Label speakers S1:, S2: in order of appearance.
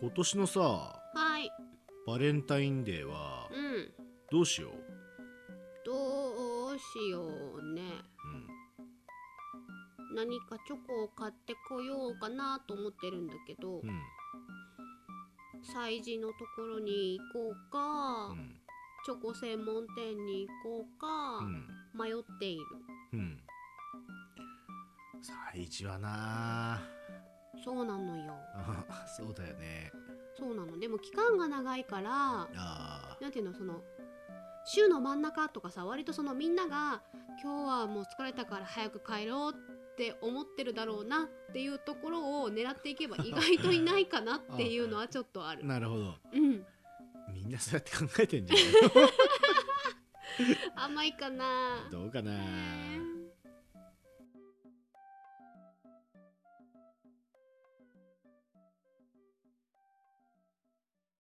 S1: 今年のさ
S2: はい
S1: バレンタインデーは
S2: うん
S1: どうしよう、
S2: どうしようね何かチョコを買ってこようかなと思ってるんだけど
S1: うんうん
S2: 催事のところに行こう
S1: う
S2: か、
S1: ん
S2: チョコ専門店に行こうか、
S1: うん
S2: 迷っている
S1: うん最事はな
S2: そうなのよ
S1: ああ そうだよね
S2: そうなのでも期間が長いから
S1: あ
S2: なんていうのその週の真ん中とかさ割とそのみんなが今日はもう疲れたから早く帰ろうって思ってるだろうなっていうところを狙っていけば意外といないかなっていうのはちょっとあ
S1: あ
S2: る。
S1: なるほど
S2: うん、
S1: みんなそうやって考えてんじゃない
S2: 甘いかな。
S1: どうかな
S2: ねえ